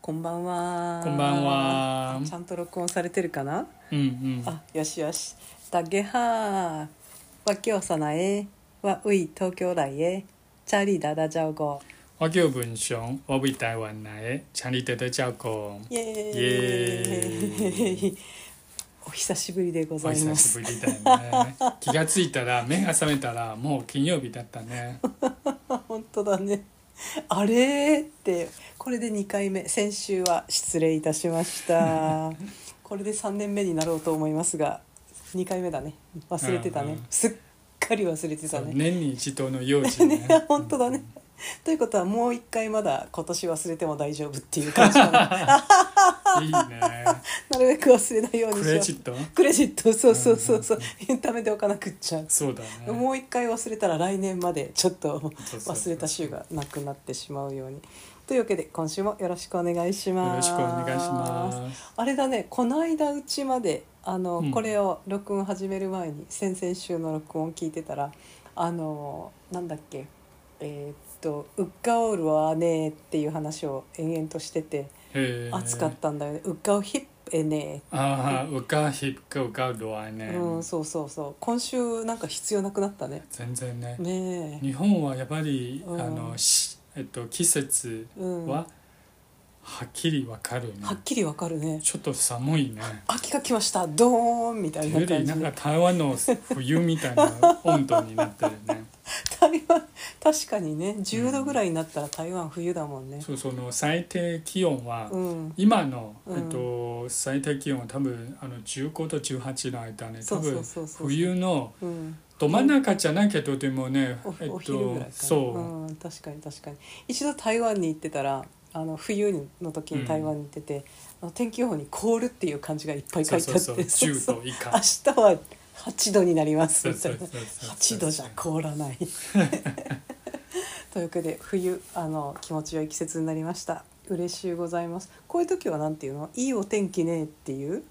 こんばんは。こんばんはちゃんと録音されてるかな。うんうんあ、よしよし。だげは。わきょうさなえ。わうい東京来え。チャリダダジャオゴ。我叫文雄，我为台湾来的，强力得得照顾。イエーイ。イエー お久しぶりでごおざい久ましす。ぶりだよね。気がついたら目が覚めたらもう金曜日だったね。 本当だね。あれーってこれで2回目先週は失礼いたしました これで3年目になろうと思いますが2回目だね忘れてたね、うんうんすっかり忘れてたね年に一度の用 事ね。本当だね。ということはもう一回まだ今年忘れても大丈夫っていう感じ かないいね。なるべく忘れないようにクしようレジット？クレジットそうそうそうそう貯めておかなくっちゃう、そうだね。もう一回忘れたら来年までちょっとそうそう忘れた週がなくなってしまうようにというわけで今週もよろしくお願いしよろますしくお願いします。あれだねこの間うちまであの、うんこれを録音始める前に先々週の録音聞いてたらあのなんだっけえーっと「ウッカオールはね」っていう話を延々としててへー熱かっ。たんだよね「ウッカオヒップえねああ、うかひっかうかどわ」ね。うんそうそうそう今週なんか必要なくなったね全然ね。ねえ日本はやっぱりあうんのしえっと季節うんはははっきりわかるね、っきりわかるねちょっと寒いね秋が来ましたドーンみたといいなうより感じなんかで台湾の冬みたいな温度になってる ね台湾確かにね10度ぐらいになったら台湾冬だもんねそうその最低気温はうん今の、うんえっと、最低気温は多分あの15と18の間ね多そうそう分そうそう冬のうん、ど真ん中じゃないけどでもねおえっお昼ぐらいかとな、そうん、確かに確かに一度台湾に行ってたらあの冬の時に台湾に行ってて、あの天気予報に「凍る」っていう漢字がいっぱうい書そういてそあうってそ そうう10そう度以明下日は8度になりますそうみたそういそなうそうそ8う度じゃ凍ら ないというわけで冬あの気持ちよい季節になりました嬉しいございますこういう時はなんていうのいいお天気ねっていう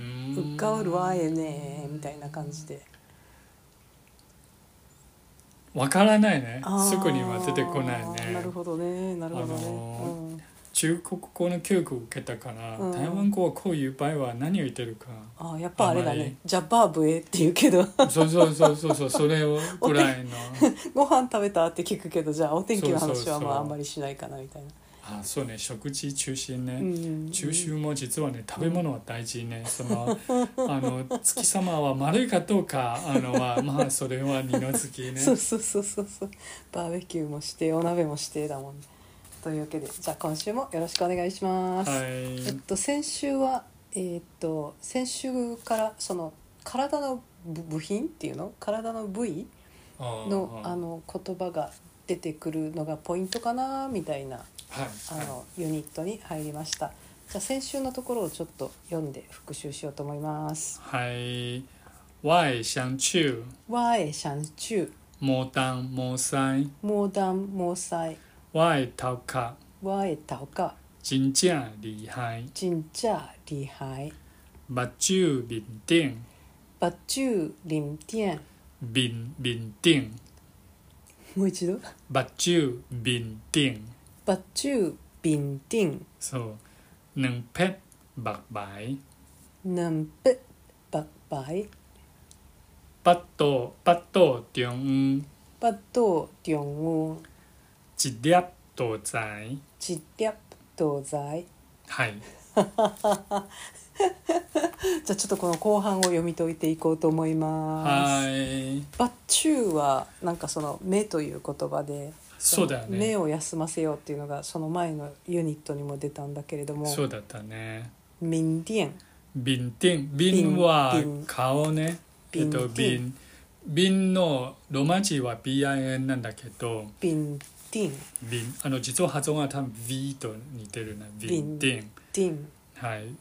「んうっかおるわええね」みたいな感じでわからないねあーすぐには出てこないねなるほどねなるほどね、あのうん中国語の教育を受けたから、うん台湾語はこういう場合は何を言ってるかあーやっぱあれだあまねり「ジャバーブエ」って言うけど そうそうそうそうそうそれをぐらいのご飯食べたって聞くけどじゃあお天気のそう話そうはそうまああんまりしないかなみたいな。あそうね食事中心ね、うん中秋も実はね食べ物は大事ね、そのあの月様は丸いかどうかあのはまあそれは二の月ねそうそうそうそうそうバーベキューもしてお鍋もしてだもんね。というわけでじゃあ今週もよろしくお願いします。はいえっと先週はえーっと先週からその体の部部品っていうの体の部位のあの言葉が出てくるのがポイントかなみたいなはいあはのユニットに入りましたじゃあ先週のところをちょっと読んで復習しようと思いますいはい外相中「和へシャンチュ毛丹毛塞モーダンモーサイ外头壳和へタオカ真正厉害ジンチャーリハイ目睭面顶バッチューリンティエン面面顶，”もう一度目睭面顶， 「バッチュービンティンそう，两撇目白，ナンペバッバイ八肚八肚中央バッドディョンウン一粒肚脐，ジリャップドザイ」はい、じゃあちょっとこの後半を読み解いていこうと思います。はい、バッチューはなんかその目という言葉でそうだよ目ね。を休ませようっていうのがその前のユニットにも出たんだけれどもそうだったね。ミンディエン面顶面は顔ね。えっ面と面面面のロマ字は B I N なんだけど、ビンディン面あの実は発音は多分 V と似てるね。面顶。ディンはい。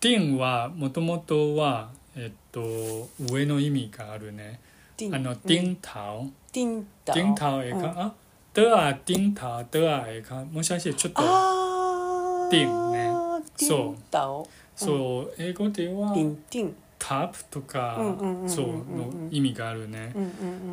天はもともとは、えっと、上の意味があるね。ディンあの、ン天頭。ディンダ天頭えか、あ、では天頭、ではえか。もしかしてちょっと、あーディンねディンダオそう、英語ではディンディンタップとかうんうんうんうんうんう、んそう、の意味があるね。うんうんう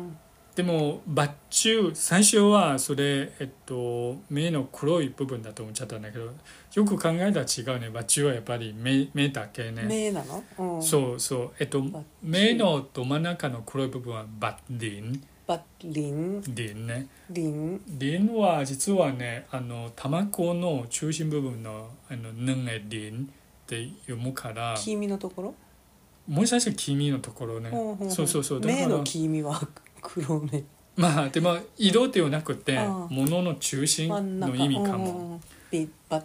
んでもバッチュ最初はそれ、えっと、目の黒い部分だと思っちゃったんだけどよく考えたら違うねバッチュはやっぱり目目だけね目なの、うん、そうそうえっとバッチュ目のど真ん中の黒い部分はバッディンバッリンディンねリンディンは実はねあの卵の中心部分のあのヌンエディンって読むから黄身のところ、もしかして黄身のところねほほほそうそうそうだから目の黄身は黒目まあでも色ではなくてああ物の中心真ん中の意味かうんうんもうんビバッ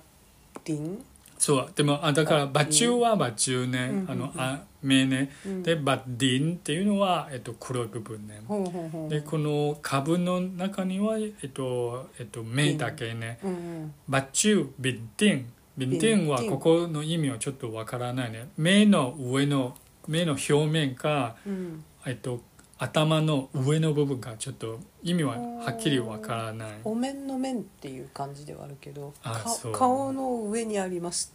リン、そうでもあだからババッテチィンュはバチュねうんうんうんあのあ目ねうん、でバッディンっていうのは、えっと、黒い部分ねほうほうほうでこの株の中には、えっとえっと、目だけねうんうんバッチュビッディンビッディンはビッティンここの意味はちょっとわからないね目の上の目の表面か、うんえっと、頭の上の部分かちょっと意味ははっきりわからないお面の面っていう感じではあるけどあかそう顔の上にあります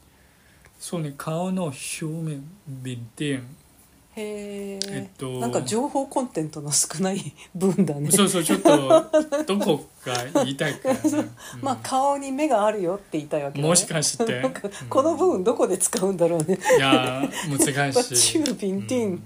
そうね顔の表面ビッディンへえ、えっとなんか情報コンテンツの少ない分だねそうそうちょ っとどこが言いたいか、ねうんまあ顔に目があるよって言いたいわけだねもしかしてなんかこの部分どこで使うんだろうねいやー難バしチいュービンティン、うん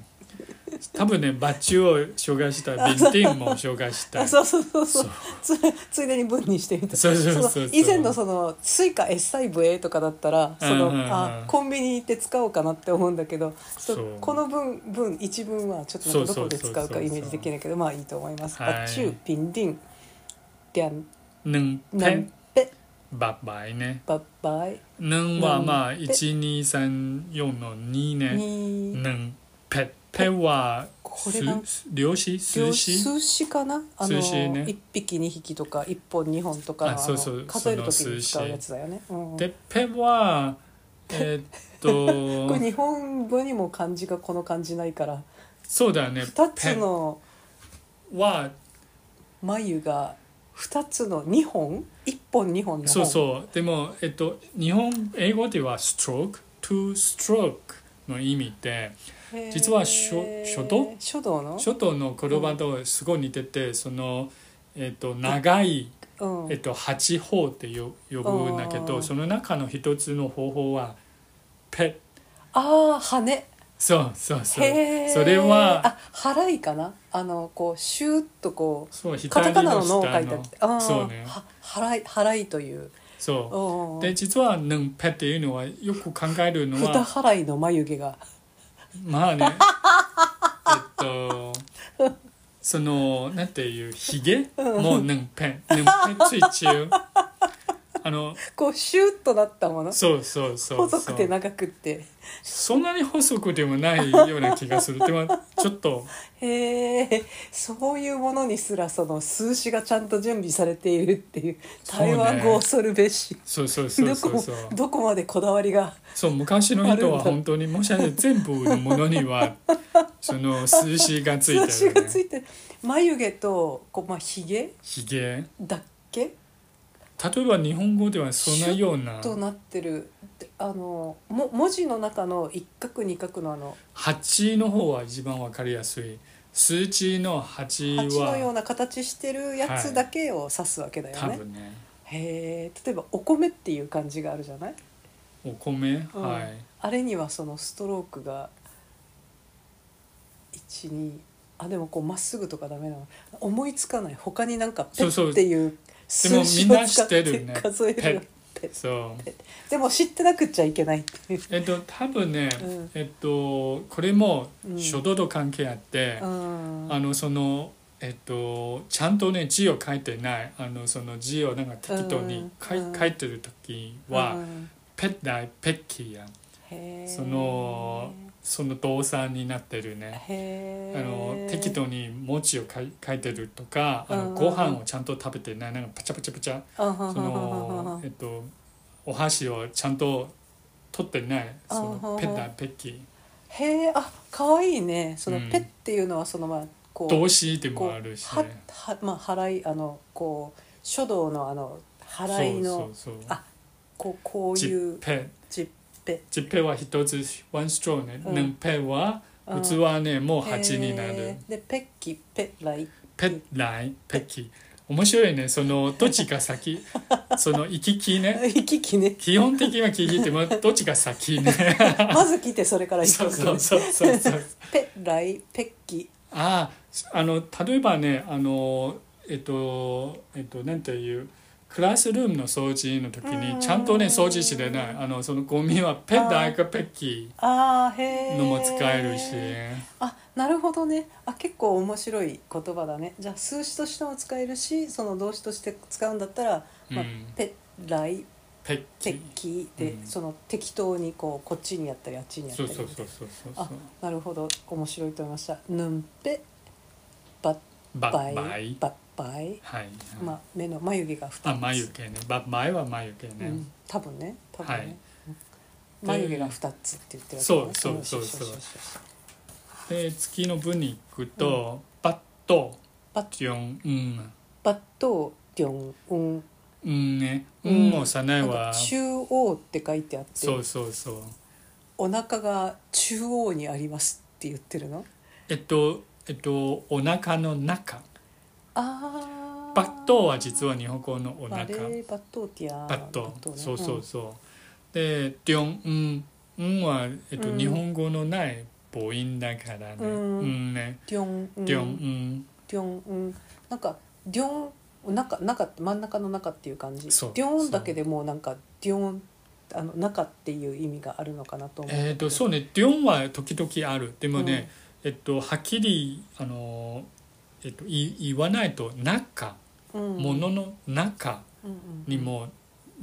多分ねバッチュを紹介したらビンティンも紹介したいあ そうそうそうそうつついでに文にしてみたそうそうそうそうの以前のそのスイカ S 細部 A とかだったらその、うんうんうんあコンビニ行って使おうかなって思うんだけどちょっとそうこの文文一文はちょっとなんかどこでそうそうそうそ使ううかイメージできないけどまあいいと思います。はいバッチューピンディンディアンヌンナペンペバッバイねバッバイヌンはまあヌンペ1234の2ねにヌンペペはこれなんす量子数量詞数詞かなあの数詞ね一匹二匹とか一本二本とかのあそうそあうの数える時その数に詞使うやつだよね。うんでペはえーっとこれ日本語にも漢字がこの漢字ないからそうだよね二つのペは眉が二つの二本一本二本の本そうそうでも、えっと、日本英語では stroke to stroke の意味でへー実は書書道書道の書道の言葉とすごい似ててその、えっと、長い、うんえっと、八方ってよ呼ぶんだけうどんその中の一つの方法はペああ羽そうそうそうへーそれはあ払いかなあのこうシューッとこそううカタ左カナのの「の」を書下いてあのってあーそうねは払い払いというそううんで実はヌンペっていうのはよく考えるの二は払いの眉毛がまあねえっとそのなんていうひげもうヌンペヌンペついちゅうあのこうシューッとなったものそうそうそうそ細くてう長くってそんなに細くでもないような気がするでもちょっとへえそういうものにすらその数詞がちゃんと準備されているっていうそう台ね湾語恐るべし、そうそうそうそうそうどこどこまでこだわりがそう昔の人は本当にもしかして全部のもの にはその数字がつい数て詞る、がねつ、いてる眉毛とこう、まあ、ひげひげだっけ例えば日本語ではそんなようなとなってるであのも文字の中の一角二角のあの8の方は一番わかりやすい数値の鉢8のようはな形してるやつだけを指すわけだよ多ね、分ねへえ例えばお米っていう漢字があるじゃないお米、うんはいあれにはそのストロークが12あでもこうまっすぐとかダメなの思いつかない他になんか「ペ」そうそうっていうで数もみ字んをな使知っっててるね数えるペそうでも知ってなくっちゃいけないっていう、えっと多分ね、うんえっとこれもうん書道と関係あって、うん、あのそのえっとちゃんとね字を書いてないあのその字をなんか適当に書い,、うん書いてる時うは、んペッダイペッキーやへーそのその動産になってるねへあの適当に文字を書い書いてるとかあうんのうんご飯をちゃんと食べてないなんかパチャパチャパチャそその、えっと、お箸をちゃんと取ってないそうんうんうのんペッタペッキへえあ可愛いねそのう「んペ」っていうのはそのまあこう動詞でこうもあるし、ははまあ払いあのこう書道のあの払いのそうそうそうあこうこうジいッうペジッペジッペは一つワンストローね、うんヌンペはうん器ねもうへー8になるでペッキペライ ペッライペッキー面白いねそのどっち が先その行き来ね行き来 ね基本的には聞いてもどっちが先ねまず来てそれから行くそうわけねそうそうそうそうペッライペッキあああの例えばねあのえっとえっとなんていうクラスルームの掃除の時うんにちゃんとね掃除してないあのそのゴミはペッダーかペッキあーへーえのも使えるし、あなるほどねあ結構面白い言葉だねじゃあ数詞としても使えるしその動詞として使うんだったら、まあうんペッライペッキペッーキーで、うんその適当にこうこっちにやったりあっちにやったそうりそうそうそうそうあなるほど面白いと思いましたヌンペバッババイッバイバッバイ、はい、まあ、目の眉毛が2つあ眉毛ねバッバイは眉毛ね、うん、多分ね多分ね、はいうん眉毛が2つって言ってるそうそうそうそうで月の分に行くと、バッとバッジョンうんバットビョンウンうんねううんんをさないなんはか中央って書いてあってそうそうそうお腹が中央にありますって言ってるのえっとえっとお腹の中あーバットは実は日本語のお腹あれバットティアバットねそうそうそう、でジョンうんうんは、えっとうん日本語のない母音だからね、うんねディョンうんジョンうんディョンうんなんかディョン中中真ん中の中っていう感じデそうィョンだけでもうなんかディョンあの中っていう意味があるのかなと思うえっとそうねジョンは時々あるでもね、えっとはっきりあのえっとい言わないと中うんものの中うんうんにも、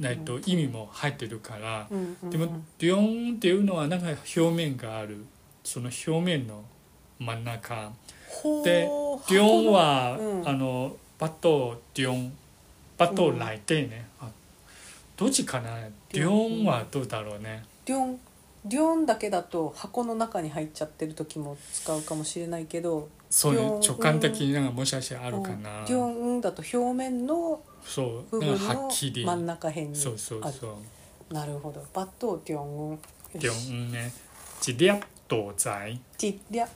えっと意味も入ってるから、うんうんでも「ディオン」っていうのはなんか表面があるその表面の真ん中ほーで「ディオンは」うんあのバトディオンバト来てね、あどっちかなディオンはどうだろうね、リョンリョンだけだと箱の中に入っちゃってる時も使うかもしれないけどそうディねオン直感的になんかもしかしてあるかう、なんリョンだと表面のそ部うな分んかはのっきり真ん中辺にそうそうそうあるなるほどバットリョンよしディオンねジディアット在ティリャ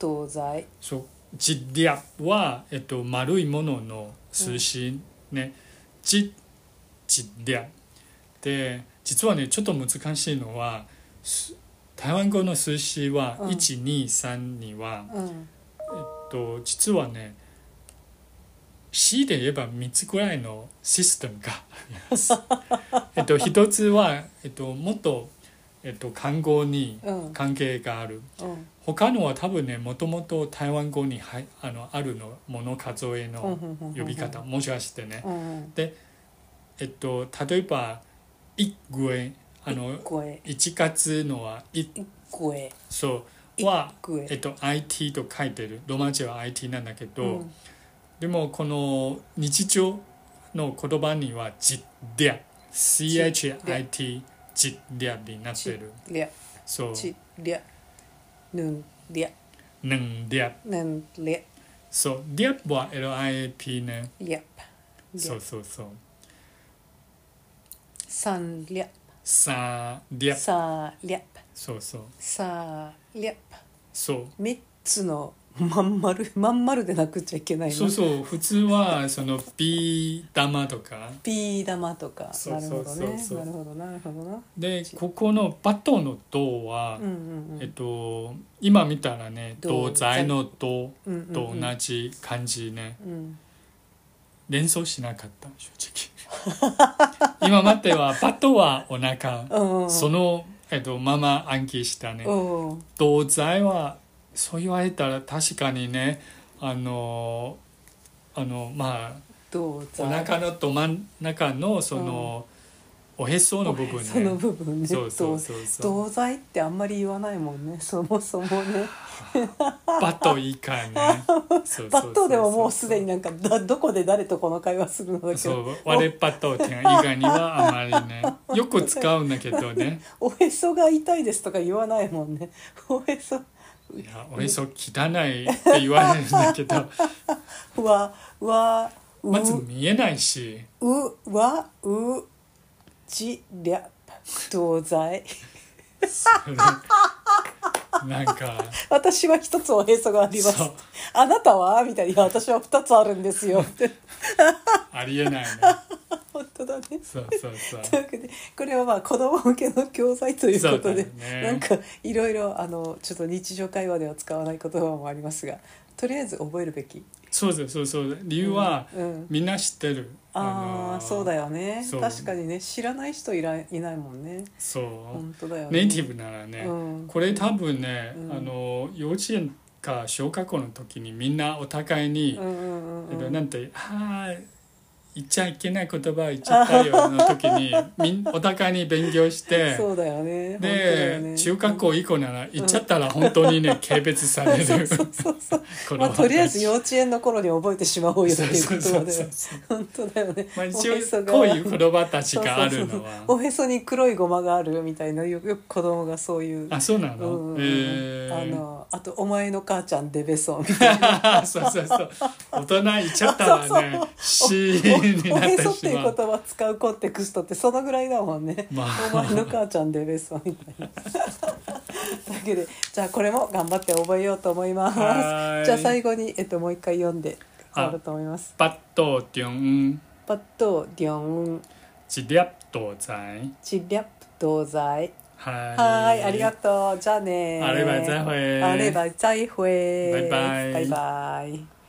東西そうジディアは、えっと、丸いものの数詞ね、ジジディアで実はねちょっと難しいのはす台湾語の数詞はうん123には、うんと実はね C で言えば3つくらいのシステムがあり ます。えっと一つは、えっと、もっと、えっと、漢語にうん関係がある。うん他のは多分ねもともと台湾語にはいあのあるのもの数えの呼び方、もしかしてね、うんうんえっと、例えば「一月」あの声1月のは「い声」そうは、声えっと、IT と書いてるロマン字は IT なんだけど、うんでもこの日常の言葉には「実で CHIT 実でになってるリャそうチリャヌンリャ「なんでヌンリャそう「では LIAP ねリャそうそうそうサンリャさあ、りゃ、サーリャそうそう、サーリャそ、三つのまん丸まん丸でなくちゃいけないうのそうそう、普通はそのビー玉とか、ビー玉とかそなうるそほうどそうねそうなるほどなるほどなで、ここのバトンの銅はう、んうんうえっんと、今見たらね、銅銅材の銅うんうんとうん同じ漢字ね、うん連想しなかった、正直。 今まではバトンはお腹、うんその、えっと、まま暗記したね。うん同罪はそう言われたら確かにねあのあのまどうあおぞ腹のど真ん中のその、おへその部分ねその部分ねそうそう銅そうそう銅罪ってあんまり言わないも んねそもそもねバット以下ねそうそうそうそう バットでももうすでになんかだどこで誰とこの会話するのだけそどう割れバットっていうの以外にはあまり ねよく使うんだけどねおへそが痛いですとか言わないもんねおへそいやおへそ汚いって言われるんだけどははうまず見えないしうわうじりゃ同 罪それなんか私は一つおへそがありまそすう「あなたは?」みたいに「いや私は2つあるんです よ」ってありえないね本当だね。そうそうそうというわけでこれはまあ子供向けの教材ということで、そうだねなんかいろいろあのちょっと日常会話では使わない言葉もありますがとりあえず覚えるべきそうそうそうそう理由はうん、みんな知ってる、ああのそうだよねそう確かにね知らない人いらいないもんねそう本当だよねネイティブならね、うんこれ多分ね、うんあの幼稚園か小学校の時にみんなお互いに、うんうんえうっんうとんなんて「ああ言っちゃいけない言葉を言っちゃったよ」の時 にみんお互いに勉強してそうだよね本当だで、よね中学校以降なら言っちゃったら本当にね軽蔑され るそうそう そう、こまあ、とりあえず幼っ稚園の頃に覚えてしまおうよっていうそこうとそまうでそはうそう本当だよねまあ、一おへそ応がこういう言葉たちがあるのはおへそに黒いごまがあるみたいなよよく子供がそういうあそうなうの、んうんうんえーあのあと「お前の母ちゃんデベソン」そうそうそう大人いっちゃったらねシーンにおなっへてそってしいうま言う葉使うコンテクストってそのぐらいだもんね、まあお前の母ちゃんデベソンみたいなだけでじゃあこれも頑張って覚えようと思いますはーいじゃあ最後に、えっと、もう一回読んで終わると思います八道中パッとディオン一粒道在チリャップ東西はいはいありがとうじゃあねあれば再会あれば再会バイバイバイバイ